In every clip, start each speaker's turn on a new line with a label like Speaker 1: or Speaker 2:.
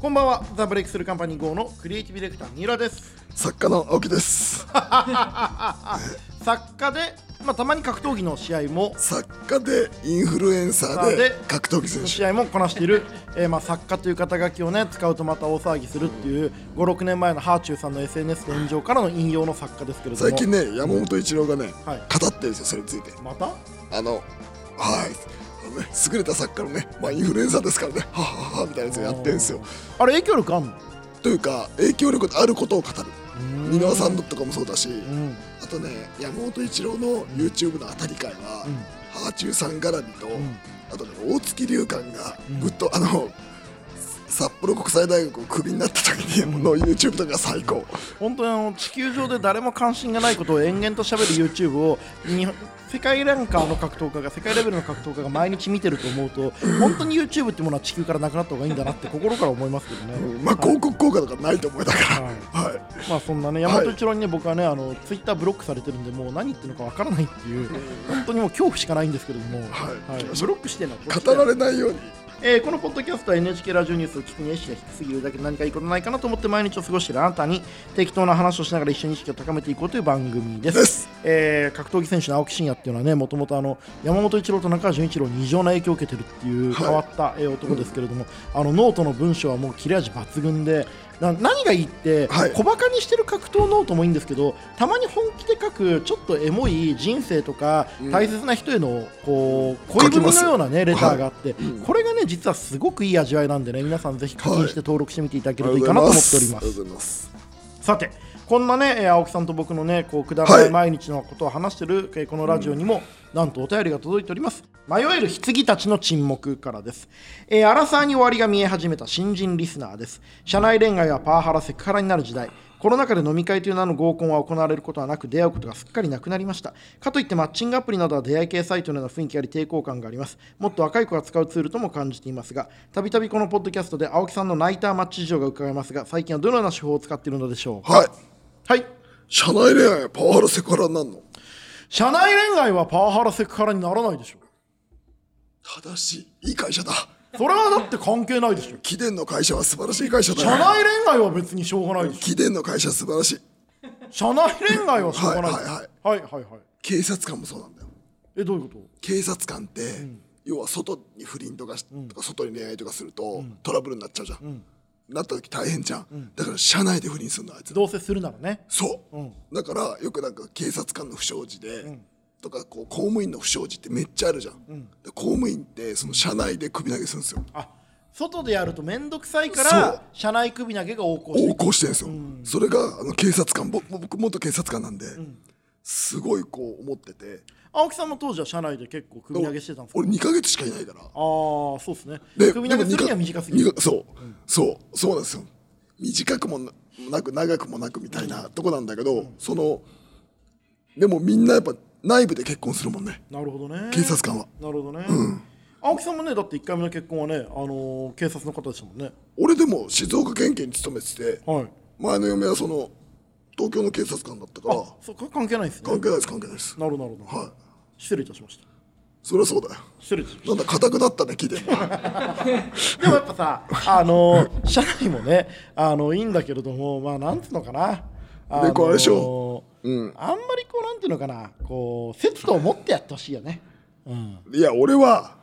Speaker 1: こんばんはザ・ブレイクスルーカンパニー GO のクリエイティブディレクター三浦です
Speaker 2: 作家の青木です。
Speaker 1: 作家で、まあ、たまに格闘技の試合も
Speaker 2: 作家でインフルエンサーで
Speaker 1: で
Speaker 2: 格闘技選手。
Speaker 1: 試合もこなしている、 えーまあ、作家という肩書きをね使うとまた大騒ぎするっていう56年前のハーチューさんの SNS の炎上からの引用の作家ですけれども
Speaker 2: 最近ね山本一郎がね、
Speaker 1: はい
Speaker 2: 語ってるんですよそれについて。
Speaker 1: また
Speaker 2: あのはいあのね優れた作家のねまあインフルエンサーですからねははははみたいなやつをやってるんですよ。
Speaker 1: あれ影響力あんの
Speaker 2: というか影響力のあることを語る。
Speaker 1: ん
Speaker 2: 箕輪さんとかもそうだし、
Speaker 1: うん
Speaker 2: あとね山本一郎の YouTube の当たり会は、
Speaker 1: うん
Speaker 2: ハーチューさん絡みと、
Speaker 1: ん
Speaker 2: あとね大月龍館がぐっと、あの札幌国際大学をクビになった時にの YouTube とか最高
Speaker 1: 本当にあの地球上で誰も関心がないことを延々と喋る YouTube をに世界ランカーの格闘家が世界レベルの格闘家が毎日見てると思うと本当に YouTube ってものは地球からなくなった方がいいんだなって心から思いますけどね、
Speaker 2: うんまあ広告効果とかないと思いだからはい、
Speaker 1: まあそんなね山本一郎にね、僕はねあのツイッターブロックされてるんでもう何言ってるのかわからないっていう本当にもう恐怖しかないんですけれども、
Speaker 2: はい
Speaker 1: ブロックしてんのこっちだ
Speaker 2: 語
Speaker 1: よ
Speaker 2: られないように
Speaker 1: えーこのポッドキャストは NHK ラジオニュースを聞くに意識が低すぎるだけで何かいいことないかなと思って毎日を過ごしているあなたに適当な話をしながら一緒に意識を高めていこうという番組です
Speaker 2: です
Speaker 1: えー格闘技選手の青木真也っていうのはねもともとあの山本一郎と中川純一郎に異常な影響を受けてるっていう
Speaker 2: はい
Speaker 1: 変わった、えー男ですけれども、あのノートの文章はもう切れ味抜群でな何がいいって、
Speaker 2: はい
Speaker 1: 小バカにしてる格闘ノートもいいんですけどたまに本気で書くちょっとエモい人生とか、大切な人へのこう恋文のような、ね、レターがあって、これがね実はすごくいい味わいなんでね皆さんぜひ課金して登録してみていただけるといいかなと思っており
Speaker 2: あ
Speaker 1: ます
Speaker 2: りが。とうございます
Speaker 1: さてこんなねえー青木さんと僕のねこうくだらな
Speaker 2: はいい
Speaker 1: 毎日のことを話してる、えーこのラジオにも、なんとお便りが届いております迷える棺たちの沈黙からです、えー、アラサーに終わりが見え始めた新人リスナーです社内恋愛はパワハラセクハラになる時代コロナ禍で飲み会という名の合コンは行われることはなく出会うことがすっかりなくなりましたかといってマッチングアプリなどは出会い系サイトのような雰囲気があり抵抗感がありますもっと若い子が使うツールとも感じていますがたびたびこのポッドキャストで青木さんのナイターマッチ事情が伺えますが最近はどのような手法を使っているのでしょうか
Speaker 2: はい
Speaker 1: はい。
Speaker 2: 社内恋愛はパワハラセクハラになんの
Speaker 1: 社内恋愛はパワハラセクハラにならないでしょ。
Speaker 2: 正しいいい会社だ
Speaker 1: それはだって関係ないでしょ。
Speaker 2: 貴殿の会社は素晴らしい会社だ
Speaker 1: 社内恋愛は別にしょうがないでし
Speaker 2: 貴殿の会社は素晴らしい
Speaker 1: ょ。社内恋愛はしょうがないでしょ。
Speaker 2: はい
Speaker 1: はいはいはい。
Speaker 2: 警察官もそうなんだよ
Speaker 1: え、どういうこ
Speaker 2: 警察官って、要は外に不倫とか,、とか外に恋愛とかすると、トラブルになっちゃうじゃん、なった時大変じゃん、だから社内で不倫するのあい
Speaker 1: と
Speaker 2: つ
Speaker 1: どうせするならね。
Speaker 2: そう、だからよくなんか警察官の不祥事で、とかこう公務員の不祥事ってめっちゃあるじゃん、で公務員ってその社内で首投げするんですよ
Speaker 1: あ、外でやると面倒くさいか
Speaker 2: そう
Speaker 1: ら、社内首投げが横行して
Speaker 2: 横
Speaker 1: る。
Speaker 2: 行してるんですよ、それがあの警察官ぼ僕元警察官なんで、すごいこう思ってて
Speaker 1: 青木さんも当時は社内で結構首投げしてたんですか
Speaker 2: 俺2ヶ月しかいないから
Speaker 1: ああー、そうですね。
Speaker 2: で
Speaker 1: 首投げするには短すぎ
Speaker 2: な
Speaker 1: る
Speaker 2: ん。かそう、そうそうなんですよ短くもななく長くもなくみたいなとこなんだけど、そのでもみんなやっぱ内部で結婚するもんね
Speaker 1: なるほどね。
Speaker 2: 警察官は
Speaker 1: なるほどね。青木さんもね、だって1回目の結婚はね、あのー警察の方でしたもんね。
Speaker 2: 俺でも静岡県警に勤めてて
Speaker 1: はい。
Speaker 2: 前の嫁はその東京の警察官だったから
Speaker 1: あ、そこは関係ないですね。
Speaker 2: 関係ないです関係ないです
Speaker 1: なるほどなるほど。
Speaker 2: はい
Speaker 1: 失礼いたしました。
Speaker 2: そりゃそうだよ
Speaker 1: 失礼いたしまし
Speaker 2: なんだ固くなったね聞いてんの
Speaker 1: た。でもやっぱさ、あのー、社内もね、あのいいんだけれども、まあなんつうのかな。あのー
Speaker 2: でこれでし
Speaker 1: あんまりこうなんていうのかな、こう節度を持ってやってほしいよね。うん。
Speaker 2: いや俺は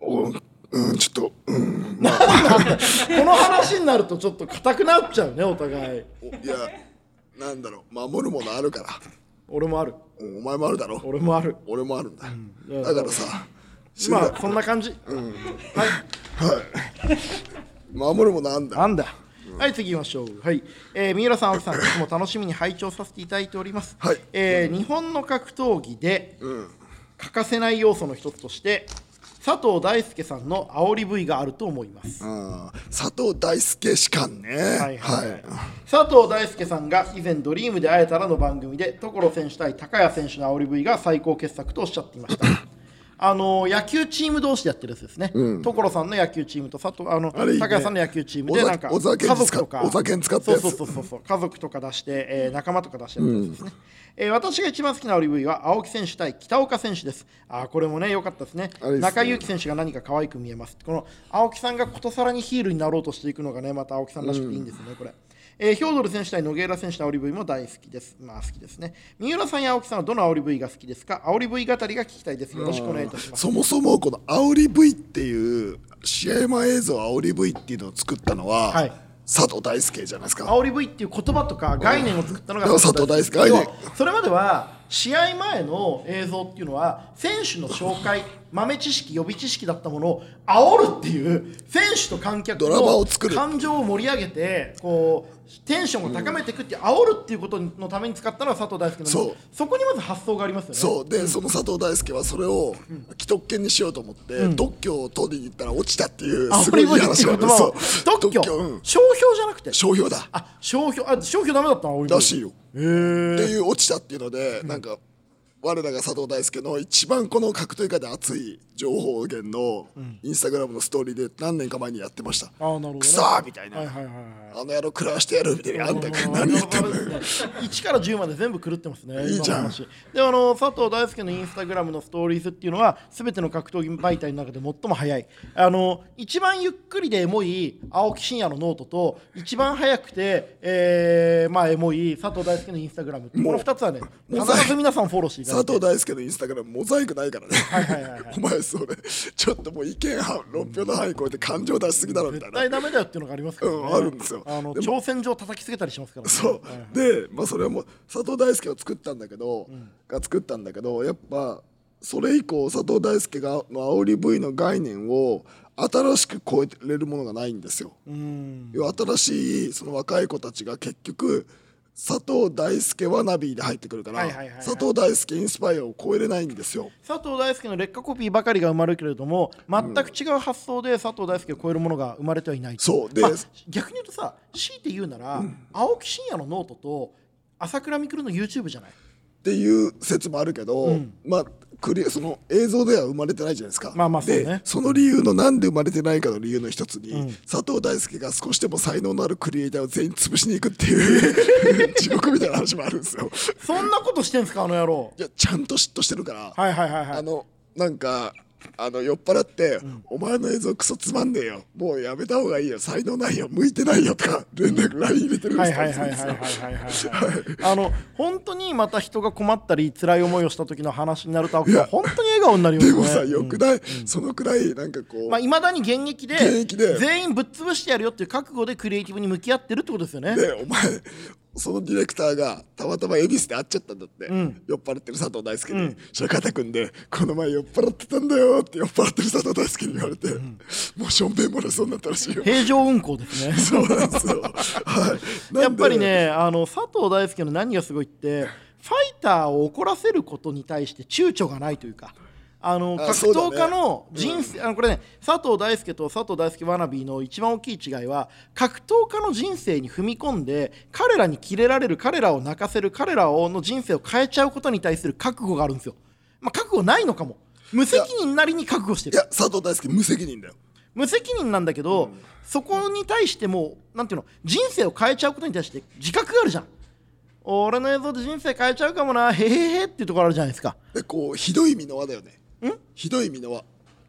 Speaker 2: おうんちょっとうん
Speaker 1: この話になるとちょっと硬くなっちゃうね、お互い。
Speaker 2: おいやなんだろう守るものあるから
Speaker 1: 俺もある。
Speaker 2: お前もあるだろ
Speaker 1: 俺もある。
Speaker 2: 俺もあるんだ、
Speaker 1: いや
Speaker 2: だからさ死んだ
Speaker 1: まあそんな感じ。
Speaker 2: 守るもなんだ
Speaker 1: なんだ。はい、次行きましょう。はい。えー三浦さん、青木さん、いつも楽しみに拝聴させていただいております。
Speaker 2: はい
Speaker 1: えー日本の格闘技で、欠かせない要素の一つとして、佐藤大輔さんの煽り部位があると思います。
Speaker 2: うん佐藤大輔士官ねは
Speaker 1: は
Speaker 2: い
Speaker 1: い佐藤大輔さんが以前「ドリームで会え たら」の番組で所選手対高谷選手の煽り V が最高傑作とおっしゃっていましたあの野球チーム同士でやってるやつですね、所さんの野球チームと佐藤あの
Speaker 2: あれいいね
Speaker 1: 高谷さんの野球チームで
Speaker 2: おざ
Speaker 1: なんか
Speaker 2: おざけん
Speaker 1: 家族とか
Speaker 2: 使っおざけん使ったやつ
Speaker 1: そうそうそうそう家族とか出して、えー仲間とか出してやってるやつですね、えー私が一番好きなオリブイは青木選手対北岡選手ですあーこれもね良かったですね
Speaker 2: あれいいっすね
Speaker 1: 中井貴選手が何か可愛く見えますこの青木さんがことさらにヒールになろうとしていくのがねまた青木さんらしくていいんですよね、これ、えーヒョードル選手対ノゲイラ選手の煽り V も大好きですまあ好きですね三浦さんや青木さんはどの煽り V が好きですか煽り V 語りが聞きたいですよろしくお願いいたします
Speaker 2: そもそもこの煽り V っていう試合前映像煽り V っていうのを作ったのは、
Speaker 1: はい
Speaker 2: 佐藤大輔じゃないですか
Speaker 1: 煽り V っていう言葉とか概念を作ったのが
Speaker 2: うん佐藤大輔
Speaker 1: 要
Speaker 2: 概
Speaker 1: は
Speaker 2: 念
Speaker 1: それまでは試合前の映像っていうのは選手の紹介豆知識予備知識だったものを煽るっていう選手と観客
Speaker 2: ドラマ
Speaker 1: の
Speaker 2: を作る
Speaker 1: 感情を盛り上げてこうテンションを高めていくっていう煽るっていうことのために使ったのは佐藤大輔なんで
Speaker 2: そう
Speaker 1: そこにまず発想がありますよね
Speaker 2: そうで、その佐藤大輔はそれを既得権にしようと思って、特許を取りに行ったら落ちたっていう
Speaker 1: 煽
Speaker 2: すご
Speaker 1: り
Speaker 2: いいい
Speaker 1: V って
Speaker 2: 話が
Speaker 1: い
Speaker 2: あ
Speaker 1: う
Speaker 2: る
Speaker 1: 言葉を
Speaker 2: そう
Speaker 1: 特許
Speaker 2: うん
Speaker 1: 商標じゃなくて
Speaker 2: 商標だ
Speaker 1: あ商標あ商標ダメだったの煽り V
Speaker 2: らしいよ
Speaker 1: へー
Speaker 2: っていう落ちたっていうので、なんか我らが佐藤大輔の一番この格闘家で熱い情報源のインスタグラムのストーリーで何年か前にやってました、
Speaker 1: あーなるほどね
Speaker 2: くそーみたいな、
Speaker 1: はいはいはいはい
Speaker 2: あの野郎食らわしてやるみたいなあんた何言ってんのよ
Speaker 1: 1から10まで全部狂ってますね。
Speaker 2: いいじゃん
Speaker 1: 今の話で、あの佐藤大輔のインスタグラムのストーリーズっていうのは、すべての格闘技媒体の中で最も早い。あの一番ゆっくりでエモい青木真也のノートと、一番早くて、えーまあエモい佐藤大輔のインスタグラムって。この2つはね、
Speaker 2: うさ
Speaker 1: 必ず皆さんフォローしていただ
Speaker 2: 佐
Speaker 1: いて。
Speaker 2: 藤大輔のインスタグラムモザイクないからね、
Speaker 1: はいはいはい
Speaker 2: お前それちょっともう意見は論評の範囲超えて感情出しすぎだろみたい
Speaker 1: 絶
Speaker 2: な
Speaker 1: 対ダメだよっていうのがありますから、ね
Speaker 2: うんあるんですよ
Speaker 1: あの
Speaker 2: で
Speaker 1: 挑戦状叩きつけたりしますから、ね。
Speaker 2: そう、で、まあ、それはもう佐藤大輔を作ったんだけど、が作ったんだけどやっぱそれ以降佐藤大輔がの煽り V の概念を新しく超えてれるものがないんですよ。
Speaker 1: うん。
Speaker 2: 要は新しいその若い子たちが結局佐藤大輔はナビーで入ってくるから、
Speaker 1: はいはいはいはい
Speaker 2: 佐藤大輔インスパイアを超えれないんですよ。
Speaker 1: 佐藤大輔の劣化コピーばかりが生まれるけれども全く違う発想で佐藤大輔を超えるものが生まれてはいない、
Speaker 2: そうで
Speaker 1: まあ逆に言うとさ強いて言うなら、青木真也のノートと朝倉未来の YouTube じゃない
Speaker 2: っていう説もあるけど、まあクリアその映像では生まれてないじゃないですか。
Speaker 1: まあまあそうね
Speaker 2: でその理由のなんで生まれてないかの理由の一つに、佐藤大輔が少しでも才能のあるクリエイターを全員潰しに行くっていう 地獄みたいな話もあるんですよ。
Speaker 1: そんなことしてんすかあの野郎
Speaker 2: いやちゃんと嫉妬してるから、
Speaker 1: はいはいはいは
Speaker 2: あ
Speaker 1: い
Speaker 2: のなんかあの酔っ払って、お前の映像クソつまんねえよもうやめた方がいいよ才能ないよ向いてないよ」とか連絡 LINE 入れてる
Speaker 1: は
Speaker 2: ん
Speaker 1: い
Speaker 2: です
Speaker 1: はいはいはいはいはいはいあの本当にまた人が困ったり辛い思いをした時の話になると青木さん
Speaker 2: いや
Speaker 1: 本当に笑顔になるよね
Speaker 2: でもさよくない、そのくらいなんかこう、
Speaker 1: まあ、未だに現役で
Speaker 2: 現役で
Speaker 1: 全員ぶっ潰してやるよっていう覚悟でクリエイティブに向き合ってるってことですよね
Speaker 2: でお前そのディレクターがたまたま恵比寿で会っちゃったんだって、酔っ払ってる佐藤大輔に、それ肩組んで「この前酔っ払ってたんだよ」って酔っ払ってる佐藤大輔に言われて、もうしょんべん漏れそうになったらしいよ。
Speaker 1: 平常運行ですね
Speaker 2: そうなんですよ、はい、
Speaker 1: や
Speaker 2: な
Speaker 1: っ
Speaker 2: んで
Speaker 1: ぱりねあの佐藤大輔の何がすごいってファイターを怒らせることに対して躊躇がないというか。あの
Speaker 2: あ
Speaker 1: 格
Speaker 2: そうだ
Speaker 1: 闘家
Speaker 2: ね
Speaker 1: の人生、あのこれね佐藤大輔と佐藤大輔わなびの一番大きい違いは格闘家の人生に踏み込んで彼らにキレられる彼らを泣かせる彼らをの人生を変えちゃうことに対する覚悟があるんですよ、まあ、覚悟ないのかも無責任なりに覚悟して
Speaker 2: い
Speaker 1: る
Speaker 2: や佐藤大輔無責任だよ
Speaker 1: 無責任なんだけど、そこに対してもうなんていうの人生を変えちゃうことに対して自覚があるじゃん俺の映像で人生変えちゃうかもなへへへっていうところあるじゃないですか
Speaker 2: でこうひどい箕輪だよねひどい箕輪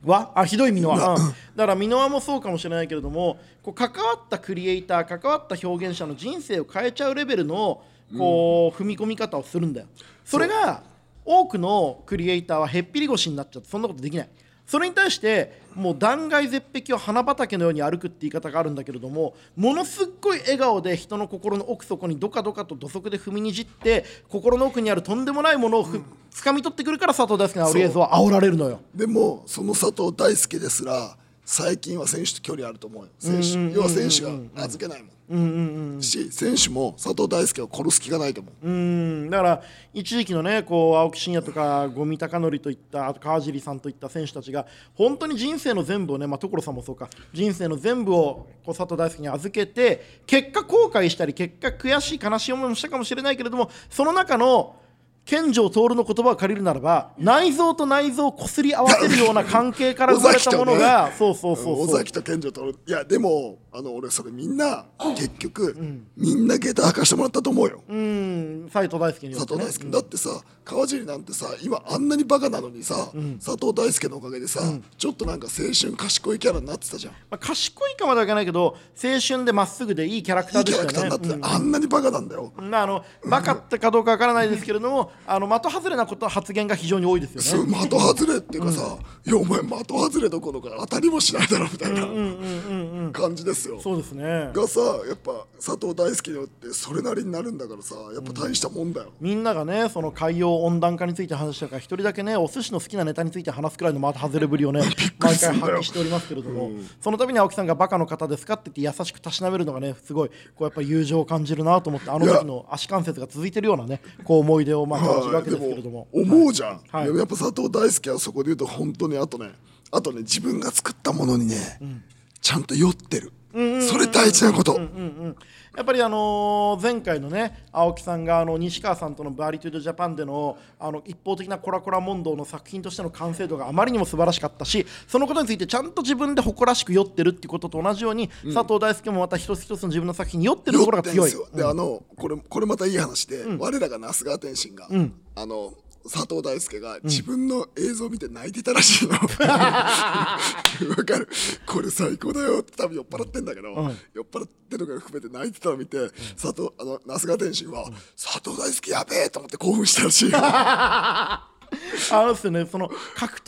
Speaker 1: わあひどい箕輪、うん、だから箕輪もそうかもしれないけれどもこう関わったクリエイター関わった表現者の人生を変えちゃうレベルのこう、踏み込み方をするんだよそれが多くのクリエイターはへっぴり腰になっちゃってそんなことできないそれに対してもう断崖絶壁を花畑のように歩くって言い方があるんだけれどもものすっごい笑顔で人の心の奥底にどかどかと土足で踏みにじって心の奥にあるとんでもないものをふ、掴み取ってくるから佐藤大輔の煽り映像は煽られるのよ。
Speaker 2: でもその佐藤大輔ですら最近は選手と距離あると思うよ選手、要は選手が預けないもん,、し選手も佐藤大輔を殺す気がないと思う、
Speaker 1: うんだから一時期のねこう青木真也とか五味貴則といったあと川尻さんといった選手たちが本当に人生の全部をね、まあ、所さんもそうか人生の全部をこう佐藤大輔に預けて結果後悔したり結果悔しい悲しい思いもしたかもしれないけれどもその中の健城徹の言葉を借りるならば内臓と内臓をこすり合わせるような関係から生まれたものが、そうそうそうそう
Speaker 2: 尾崎と健丈といやでもあの俺それみんな結局、みんなゲーター履かしてもらったと思うよ
Speaker 1: うん斎藤大輔によっ
Speaker 2: 佐
Speaker 1: て、
Speaker 2: 藤
Speaker 1: ね
Speaker 2: 大、輔、だってさ川尻なんてさ今あんなにバカなのにさ、佐藤大輔のおかげでさ、ちょっとなんか青春賢いキャラになってたじゃん
Speaker 1: まあ、賢いかまではいかないけど青春でまっすぐでいいキャラクタ
Speaker 2: い
Speaker 1: ーで
Speaker 2: いキャ
Speaker 1: し
Speaker 2: ラクタ
Speaker 1: た
Speaker 2: ーに
Speaker 1: よ
Speaker 2: なっ
Speaker 1: ね
Speaker 2: てた、あんなにバカなんだよ、
Speaker 1: まあ、あのバカってかどうかわからないですけれど も、あの的外れなこと発言が非常に多いです
Speaker 2: そ
Speaker 1: よ
Speaker 2: う
Speaker 1: ね。
Speaker 2: 的外れっていうかさ、いやお前的外れどころか当たりもしないだろみたいな感じですよ。
Speaker 1: そうですね。
Speaker 2: がさやっぱ佐藤大輔によってそれなりになるんだからさやっぱ大したもんだよ。
Speaker 1: みんながね、その海洋温暖化について話したから、一人だけね、お寿司の好きなネタについて話すくらいの的外れぶりをね、
Speaker 2: くり
Speaker 1: 毎
Speaker 2: す
Speaker 1: 回
Speaker 2: んだよ
Speaker 1: 発揮しておりますけれども、その度に青木さんがバカの方ですかって言って優しくたしなめるのがね、すごい、こうやっぱ友情を感じるなと思って、あの時の足関節が続いてるようなね、こう思い出をまあ感じるわ
Speaker 2: はい
Speaker 1: け
Speaker 2: で
Speaker 1: ですけれども
Speaker 2: も。思うじゃん、
Speaker 1: はい
Speaker 2: でもやっぱ佐藤大輔はそこで言うと本当にあとねあとね自分が作ったものにね、ちゃんと酔ってる、それ大事なこと、
Speaker 1: やっぱりあのー前回のね青木さんがあの西川さんとの「バーリトゥードジャパン」でのあの一方的なコラコラ問答の作品としての完成度があまりにも素晴らしかったしそのことについてちゃんと自分で誇らしく酔ってるってことと同じように、佐藤大輔もまた一つ一つの自分の作品に酔ってるところが強い。
Speaker 2: 酔ってんですよであのこれこれまたいい話で、我らが那須川天心が、あの佐藤大輔が自分の映像を見て泣いてたらしいの。わかるこれ最高だよって多分酔っ払ってんだけど、酔っ払ってるのが含めて泣いてたのを見て、佐藤あの那須川天心は、佐藤大輔やべえと思って興奮したらしいよ。
Speaker 1: あのですよね、その格闘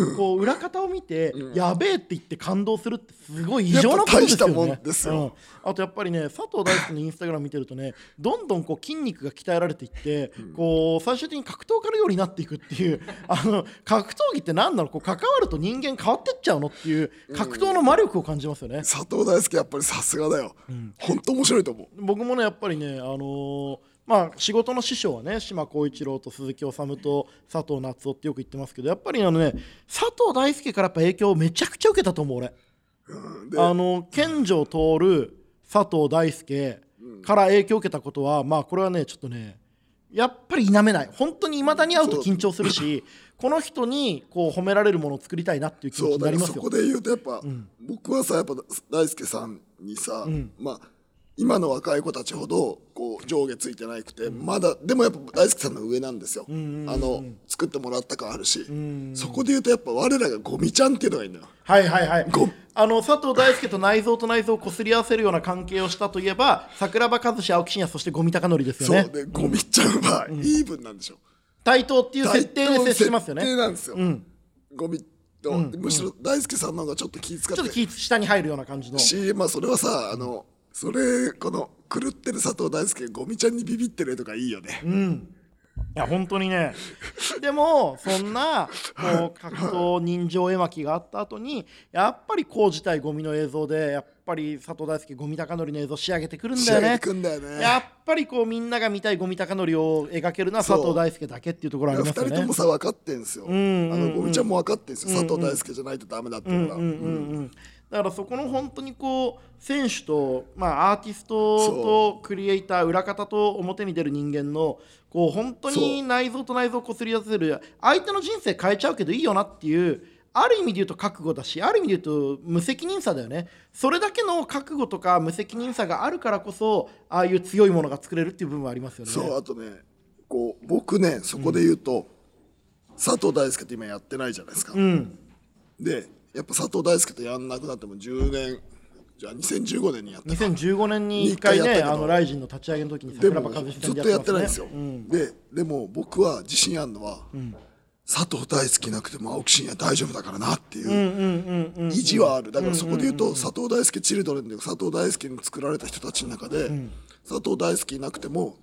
Speaker 1: 家がこう裏方を見て、やべえって言って感動するってすごい異常なことですよ
Speaker 2: やっぱ大したも
Speaker 1: ね
Speaker 2: ん。ですよ
Speaker 1: うんあとやっぱりね佐藤大輔のインスタグラム見てるとねどんどんこう筋肉が鍛えられていって、こう最終的に格闘家のようになっていくっていう あの格闘技って何なのこう関わると人間変わってっちゃうのっていう格闘の魔力を感じますよね。
Speaker 2: 佐藤大輔やっぱりさすがだよ、本当面白いと思う
Speaker 1: 僕もねやっぱりねあのーまあ仕事の師匠はね島浩一郎と鈴木治と佐藤夏夫ってよく言ってますけどやっぱりあのね佐藤大輔からやっぱ影響をめちゃくちゃ受けたと思う俺
Speaker 2: で
Speaker 1: あの健城徹佐藤大輔から影響を受けたことはまあこれはねちょっとねやっぱり否めない本当にいまだに会うと緊張するしこの人にこう褒められるものを作りたいなっていう気持ち
Speaker 2: そう
Speaker 1: にな
Speaker 2: だか
Speaker 1: り
Speaker 2: ら
Speaker 1: ま
Speaker 2: そ
Speaker 1: すよ
Speaker 2: こで言うとやっぱ、僕はさやっぱ大輔さんにさ、まあ今の若い子たちほどこう上下ついてなくて、まだでもやっぱ大輔さんの上なんですよ、あの作ってもらった感あるし、そこで言うとやっぱ我らがゴミちゃんっていうのがいいんだよ
Speaker 1: はいはいはい
Speaker 2: ご
Speaker 1: あの佐藤大輔と内臓と内臓をこすり合わせるような関係をしたといえば桜庭和志青木真也そして五味貴則ですよ
Speaker 2: そう
Speaker 1: ね
Speaker 2: でゴミちゃんはイーブンなんでしょ、
Speaker 1: 対等っていう設定で接してますよ
Speaker 2: 設定
Speaker 1: ね
Speaker 2: なんですよ、ゴミと、むしろ大輔さんの方がちょっと気使っ
Speaker 1: ちょってと気下に入るような感じの
Speaker 2: し、まあ、それはさあのそれこの狂ってる佐藤大輔がゴミちゃんにビビってる絵とかいいよね、
Speaker 1: いや本当にねでもそんなこう格闘人情絵巻があった後にやっぱりこう自体ゴミの映像でやっぱり佐藤大輔ゴミ高則の映像仕上げてくるん
Speaker 2: 仕
Speaker 1: だよ
Speaker 2: 上げ
Speaker 1: ね
Speaker 2: てくんだよね
Speaker 1: やっぱりこうみんなが見たいゴミ高則を描けるのは佐藤大輔だけっていうところあり
Speaker 2: 2
Speaker 1: ますよ
Speaker 2: 人
Speaker 1: ね
Speaker 2: ともさ分かってんすよ、
Speaker 1: んうん
Speaker 2: あのゴミちゃんも分かってんすよ、佐藤大輔じゃないとダメだっていうのが、
Speaker 1: うんうんだからそこの本当にこう選手と、まあ、アーティストとクリエイター裏方と表に出る人間のこう本当
Speaker 2: そ
Speaker 1: に
Speaker 2: う
Speaker 1: 内臓と内臓をこすり合わせる相手の人生変えちゃうけどいいよなっていうある意味で言うと覚悟だしある意味で言うと無責任さだよねそれだけの覚悟とか無責任さがあるからこそああいう強いものが作れるっていう部分はありますよね。
Speaker 2: そうあとねこう僕ねそこで言うと、佐藤大輔って今やってないじゃないですか、でやっぱ佐藤大輔とやんなくなっても10年じゃあ2015年にやって
Speaker 1: 2015年に1回
Speaker 2: 一回やっ
Speaker 1: ね
Speaker 2: たけど
Speaker 1: あのライジンの立ち上げの時に
Speaker 2: で
Speaker 1: 桜
Speaker 2: も
Speaker 1: 庭和志
Speaker 2: ず
Speaker 1: さん
Speaker 2: っ
Speaker 1: で
Speaker 2: とやってないん
Speaker 1: ま
Speaker 2: ですよ、
Speaker 1: ね
Speaker 2: ででも僕は自信あるのは、佐藤大輔なくても青木真也大丈夫だからなっていう意地はあるだからそこで言うと佐藤大輔チルドレンで佐藤大輔に作られた人たちの中で、佐藤大輔いなくても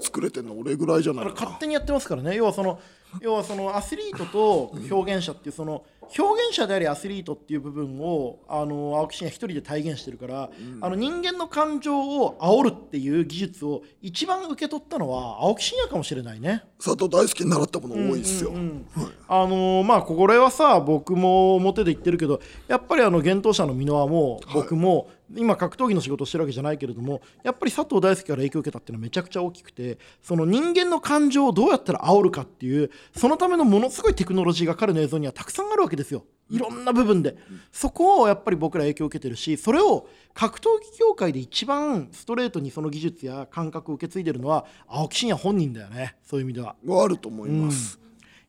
Speaker 2: 作れてるの俺ぐらいじゃない
Speaker 1: 勝
Speaker 2: か
Speaker 1: 手にやってますからね要はその要はそのアスリートと表現者っていうその表現者でありアスリートっていう部分をあの青木真也一人で体現してるから、あの人間の感情を煽るっていう技術を一番受け取ったのは青木真也かもしれないね。
Speaker 2: 佐藤大好きに習ったもの多いですよ、
Speaker 1: あのーまあこれはさ僕も表で言ってるけどやっぱりあの幻冬者の箕輪も僕も、今格闘技の仕事をしてるわけじゃないけれどもやっぱり佐藤大輔から影響を受けたっていうのはめちゃくちゃ大きくてその人間の感情をどうやったら煽るかっていうそのためのものすごいテクノロジーが彼の映像にはたくさんあるわけですよいろんな部分でそこをやっぱり僕ら影響を受けてるしそれを格闘技協会で一番ストレートにその技術や感覚を受け継いでるのは青木真也本人だよねそういう意味では。
Speaker 2: はあると思います、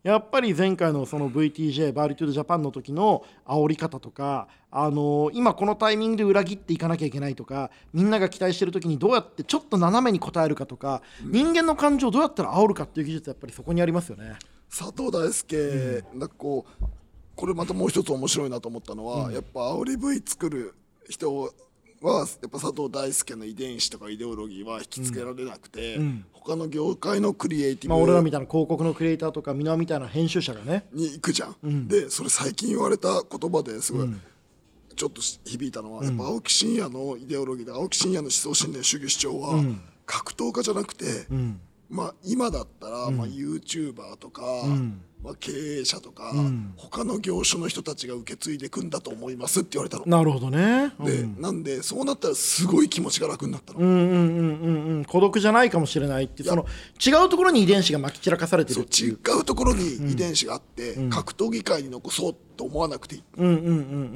Speaker 1: やっぱり前回のその VTJ バーリトゥードジャパンの時の煽り方とか、あのー今このタイミングで裏切っていかなきゃいけないとかみんなが期待してる時にどうやってちょっと斜めに応えるかとか、人間の感情をどうやったら煽るかっていう技術やっぱりそこにありますよね。
Speaker 2: 佐藤大輔、なんかこうこれまたもう一つ面白いなと思ったのは、やっぱ煽り V 作る人はやっぱ佐藤大輔の遺伝子とかイデオロギーは引き付けられなくて、他の業界のクリエイテ
Speaker 1: まあ、俺
Speaker 2: ィ
Speaker 1: ら
Speaker 2: ブ
Speaker 1: みたいな広告のクリエイターとかみなみたいな編集者がね
Speaker 2: に行くじゃん、でそれ最近言われた言葉ですごい、ちょっと響いたのは、やっぱ青木真也のイデオロギーで青木真也の思想信念主義主張は、格闘家じゃなくて、まあ、今だったら、まあ、YouTuber とか、まあ、経営者とか、他の業種の人たちが受け継いでいくんだと思いますって言われたの。
Speaker 1: なるほどね、うん
Speaker 2: で、なんでそうなったらすごい気持ちが楽になったの。
Speaker 1: うんうんうんうんうん孤独じゃないかもしれないってその違うところに遺伝子がまき散らかされてる
Speaker 2: そう違うところに遺伝子があって、格闘技界に残そうと思わなくていい、だ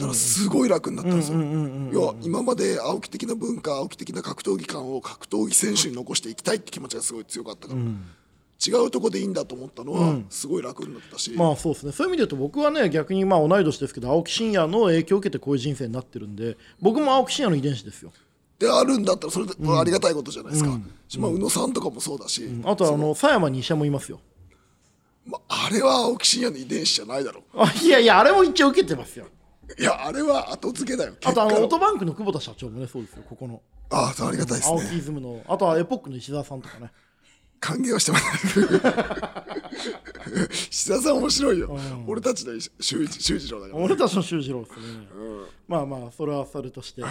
Speaker 2: からすごい楽になったんですよ、要は今まで青木的な文化青木的な格闘技感を格闘技選手に残していきたいって気持ちがすごい強かったから、違うとこでいいんだと思ったのはすごい楽になったし、
Speaker 1: まあそうですねそういう意味で言うと僕はね逆にまあ同い年ですけど青木真也の影響を受けてこういう人生になってるんで僕も青木真也の遺伝子ですよ
Speaker 2: であるんだったらそれで、まあありがたいことじゃないですか、まあ、宇野さんとかもそうだし、
Speaker 1: あとはあの狭山に医者もいますよ
Speaker 2: まあ、あれは青木真也の遺伝子じゃないだろ
Speaker 1: あいやいやあれも一応受けてますよ
Speaker 2: ういやあれは後付けだよ
Speaker 1: あ
Speaker 2: 結
Speaker 1: とあ
Speaker 2: 果
Speaker 1: のオ
Speaker 2: の
Speaker 1: ートバンクの久保田社長もねそうですよここの
Speaker 2: ああありがたいです
Speaker 1: 青
Speaker 2: ね
Speaker 1: 木イズムのあとはエポックの石澤さんとかね
Speaker 2: 歓迎はしてます。 志田さん面白いよ。俺たちの修一修一郎だから。
Speaker 1: 俺たちの修二郎ですね、まあまあそれはそれとして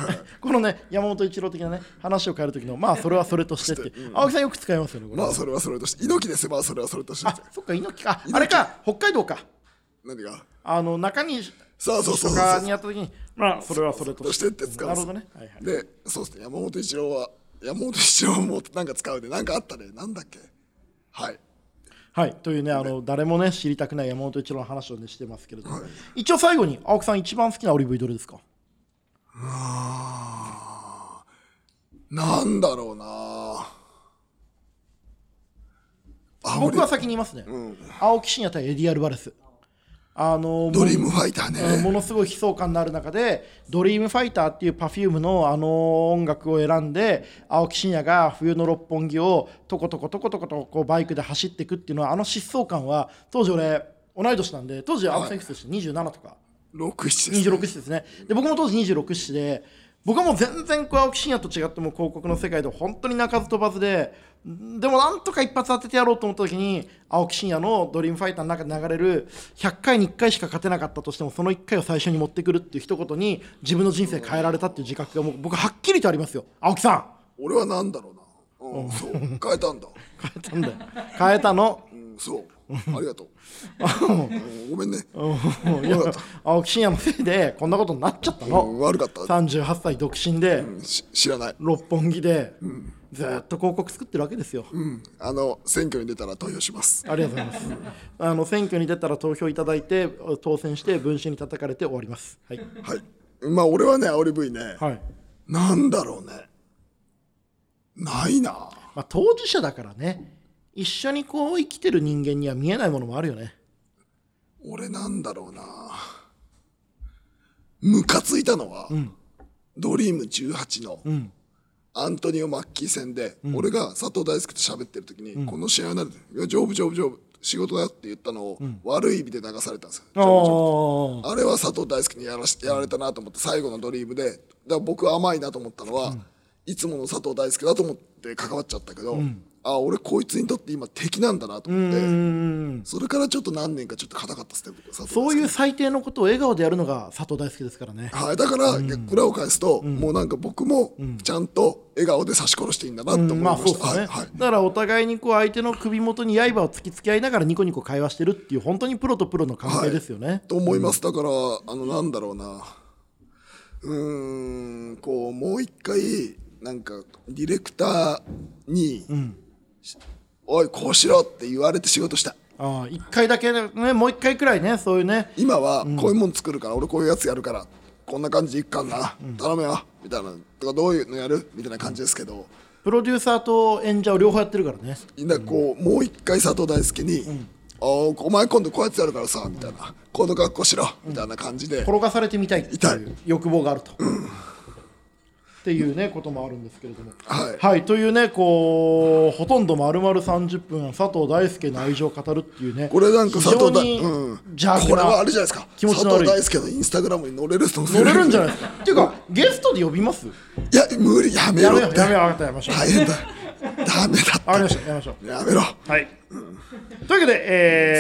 Speaker 1: このね山本一郎的なね話を変える時のまあそれはそれとしてっていう青木さんよく使いますよねこれ、
Speaker 2: まあそれはそれとして猪木ですよまあそれはそれとして
Speaker 1: あそっか猪木かあれか北海道か
Speaker 2: 何が
Speaker 1: あの中に
Speaker 2: そうそうそう
Speaker 1: と
Speaker 2: そう
Speaker 1: かにやった時にまあそれはそれと
Speaker 2: としてって使うん
Speaker 1: なるほ
Speaker 2: ですよ
Speaker 1: どね、はいはい、
Speaker 2: でそうですね山本一郎は山本一郎もなんか使うでなんかあったねなんだっけはい
Speaker 1: はい、というねあの誰もね知りたくない山本一郎の話をねしてますけれども、一応最後に青木さん一番好きなオリーブイどれですか
Speaker 2: なんだろうな。あ
Speaker 1: 僕は先に言いますね、青木真也対エディアルバレスあの
Speaker 2: ドリームファイター
Speaker 1: うん
Speaker 2: ね。
Speaker 1: ものすごい悲壮感のある中で「ドリームファイターっていう Perfume のあの音楽を選んで青木真也が冬の六本木をとことことことことこうバイクで走っていくっていうのはあの疾走感は当時俺同い年なんで当時青木さんいくつでした27とか
Speaker 2: 六七です。
Speaker 1: 26歳ですねで僕も当時26歳で僕はもう全然こう青木真也と違ってもう広告の世界で本当に鳴かず飛ばずでんでもなんとか一発当ててやろうと思った時に青木真也の「ドリームファイター」の中で流れる100回に1回しか勝てなかったとしてもその1回を最初に持ってくるっていう一言に自分の人生変えられたっていう自覚がもう僕はっきりとありますよ青木さん
Speaker 2: 俺はなんだろうな。うん、そう変えたんだ。
Speaker 1: 変えたんだよ変えたの
Speaker 2: うん、そう。ありがと う。うんごめんね。
Speaker 1: いや青木真也のせいでこんなことになっちゃった
Speaker 2: うん
Speaker 1: の
Speaker 2: 悪かった。
Speaker 1: 38歳独身で、
Speaker 2: し知らない。
Speaker 1: 六本木でずーっと広告作ってるわけですよ、
Speaker 2: うんあの選挙に出たら投票します。
Speaker 1: ありがとうございますあの選挙に出たら投票いただいて当選して文春に叩かれて終わりますはい、
Speaker 2: はい。まあ俺はね煽り V ね、
Speaker 1: はい
Speaker 2: なんだろうね。ないな。
Speaker 1: まあ、当事者だからね一緒にこう生きてる人間には見えないものもあるよね
Speaker 2: 俺なんだろうな。ムカついたのは、ドリーム18の、アントニオ・マッキー戦で、俺が佐藤大輔と喋ってる時に、この試合はなるいや、丈夫丈夫丈夫、仕事だよって言ったのを、悪い意味で流されたんですよ。
Speaker 1: ああ
Speaker 2: あれは佐藤大輔にやらしやられたなと思って最後のドリームでだから僕は甘いなと思ったのは、いつもの佐藤大輔だと思って関わっちゃったけど、あ俺こいつにとって今敵なんだなと思って、
Speaker 1: うん
Speaker 2: それからちょっと何年かちょっと硬かったですね僕佐藤
Speaker 1: そう
Speaker 2: 大
Speaker 1: いう
Speaker 2: 輔
Speaker 1: 最低のことを笑顔でやるのが佐藤大輔ですからね
Speaker 2: はい、だから、逆裏を返すと、もうなんか僕もちゃんと笑顔で刺し殺していいんだなと思い
Speaker 1: まあ
Speaker 2: ま
Speaker 1: そう
Speaker 2: し
Speaker 1: で
Speaker 2: た、
Speaker 1: すね、
Speaker 2: はいはい
Speaker 1: だからお互いにこう相手の首元に刃を突きつけ合いながらニコニコ会話してるっていう本当にプロとプロの関係ですよね、
Speaker 2: と思いますだからあのなんだろうなうーんこうもう一回なんかディレクターに「おいこうしろ」って言われて仕事したい
Speaker 1: ああ一回だけねもう一回くらいねそういうね
Speaker 2: 今はこういうもん作るから、俺こういうやつやるからこんな感じでいくかんな、頼むよみたいなとかどういうのやるみたいな感じですけど、
Speaker 1: プロデューサーと演者を両方やってるからね
Speaker 2: みんなこう、もう一回佐藤大輔に、あーお前今度こうやってやるからさ」みたいな「この格好しろ」みたいな感じで、
Speaker 1: 転がされてみたいって
Speaker 2: 痛
Speaker 1: い
Speaker 2: いう
Speaker 1: 欲望があると、っていうねこともあるんですけれども
Speaker 2: はい
Speaker 1: はいというねこうほとんど丸々30分佐藤大輔の愛情を語るっていうね
Speaker 2: これなんか佐
Speaker 1: 非
Speaker 2: 藤大、
Speaker 1: 常に
Speaker 2: うん、
Speaker 1: 邪悪な
Speaker 2: これはあれじゃないですか
Speaker 1: 気持ちの悪い
Speaker 2: 佐藤大輔のインスタグラムに載れる人
Speaker 1: 乗れるんじゃない
Speaker 2: い
Speaker 1: ですかっていうかゲストで呼びます
Speaker 2: いや無理やめ
Speaker 1: や
Speaker 2: ろ
Speaker 1: めよ
Speaker 2: っ
Speaker 1: う
Speaker 2: て
Speaker 1: やめよう分かったやめましょう
Speaker 2: 大変だダメだ
Speaker 1: 分かりま
Speaker 2: っ
Speaker 1: したやめましょう
Speaker 2: てやめろ
Speaker 1: はい、というわけで、え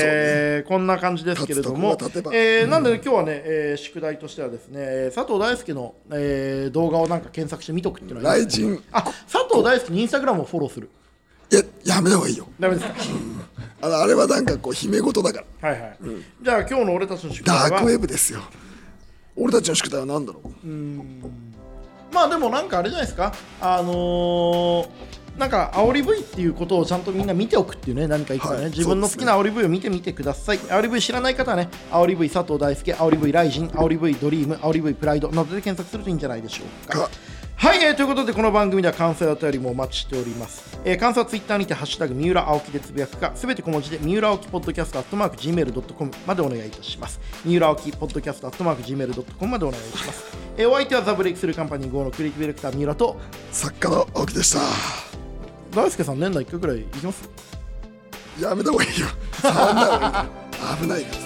Speaker 1: ーこんな感じですけれども
Speaker 2: 立つとこが立てば
Speaker 1: えーなんで、ね、今日はね、えー宿題としてはですねえー佐藤大輔の、えー動画をなんか検索して見とくっていうのはいい
Speaker 2: 雷神
Speaker 1: あ佐藤大輔にインスタグラムをフォローする
Speaker 2: いややめた方がいいよ
Speaker 1: ダメですか
Speaker 2: あのあれはなんかこう姫事だから
Speaker 1: はいはい、じゃあ今日の俺たちの宿題
Speaker 2: ダークウ
Speaker 1: は
Speaker 2: ェブですよ俺たちの宿題は何だろう
Speaker 1: まあでもなんかあれじゃないですかあのーなんか煽り V っていうことをちゃんとみんな見ておくっていうね何か一個ね、
Speaker 2: はい
Speaker 1: 自分の好きな煽り V を見てみてください煽り V 知らない方はね煽り V 佐藤大輔煽り V ライジン煽り V ドリーム煽り V プライドなどで検索するといいんじゃないでしょうか
Speaker 2: か
Speaker 1: はい、えーということでこの番組では感想やお便りもお待ちしております、えー感想はツイッターにて「ハッシュタグ三浦青木」でつぶやくかすべて小文字で三浦青木ポッドキャストアットマーク Gmail.com までお願いいたします三浦青木ポッドキャストアットマーク Gmail.com までお願いします、えーお相手はザブレイクするカンパニー GO のクリエイティブディレクター三浦と
Speaker 2: 作家の青木でした
Speaker 1: 大輔さん年内1回くらいいきます
Speaker 2: やめた方がいいよ触んない方がいいよ危ないです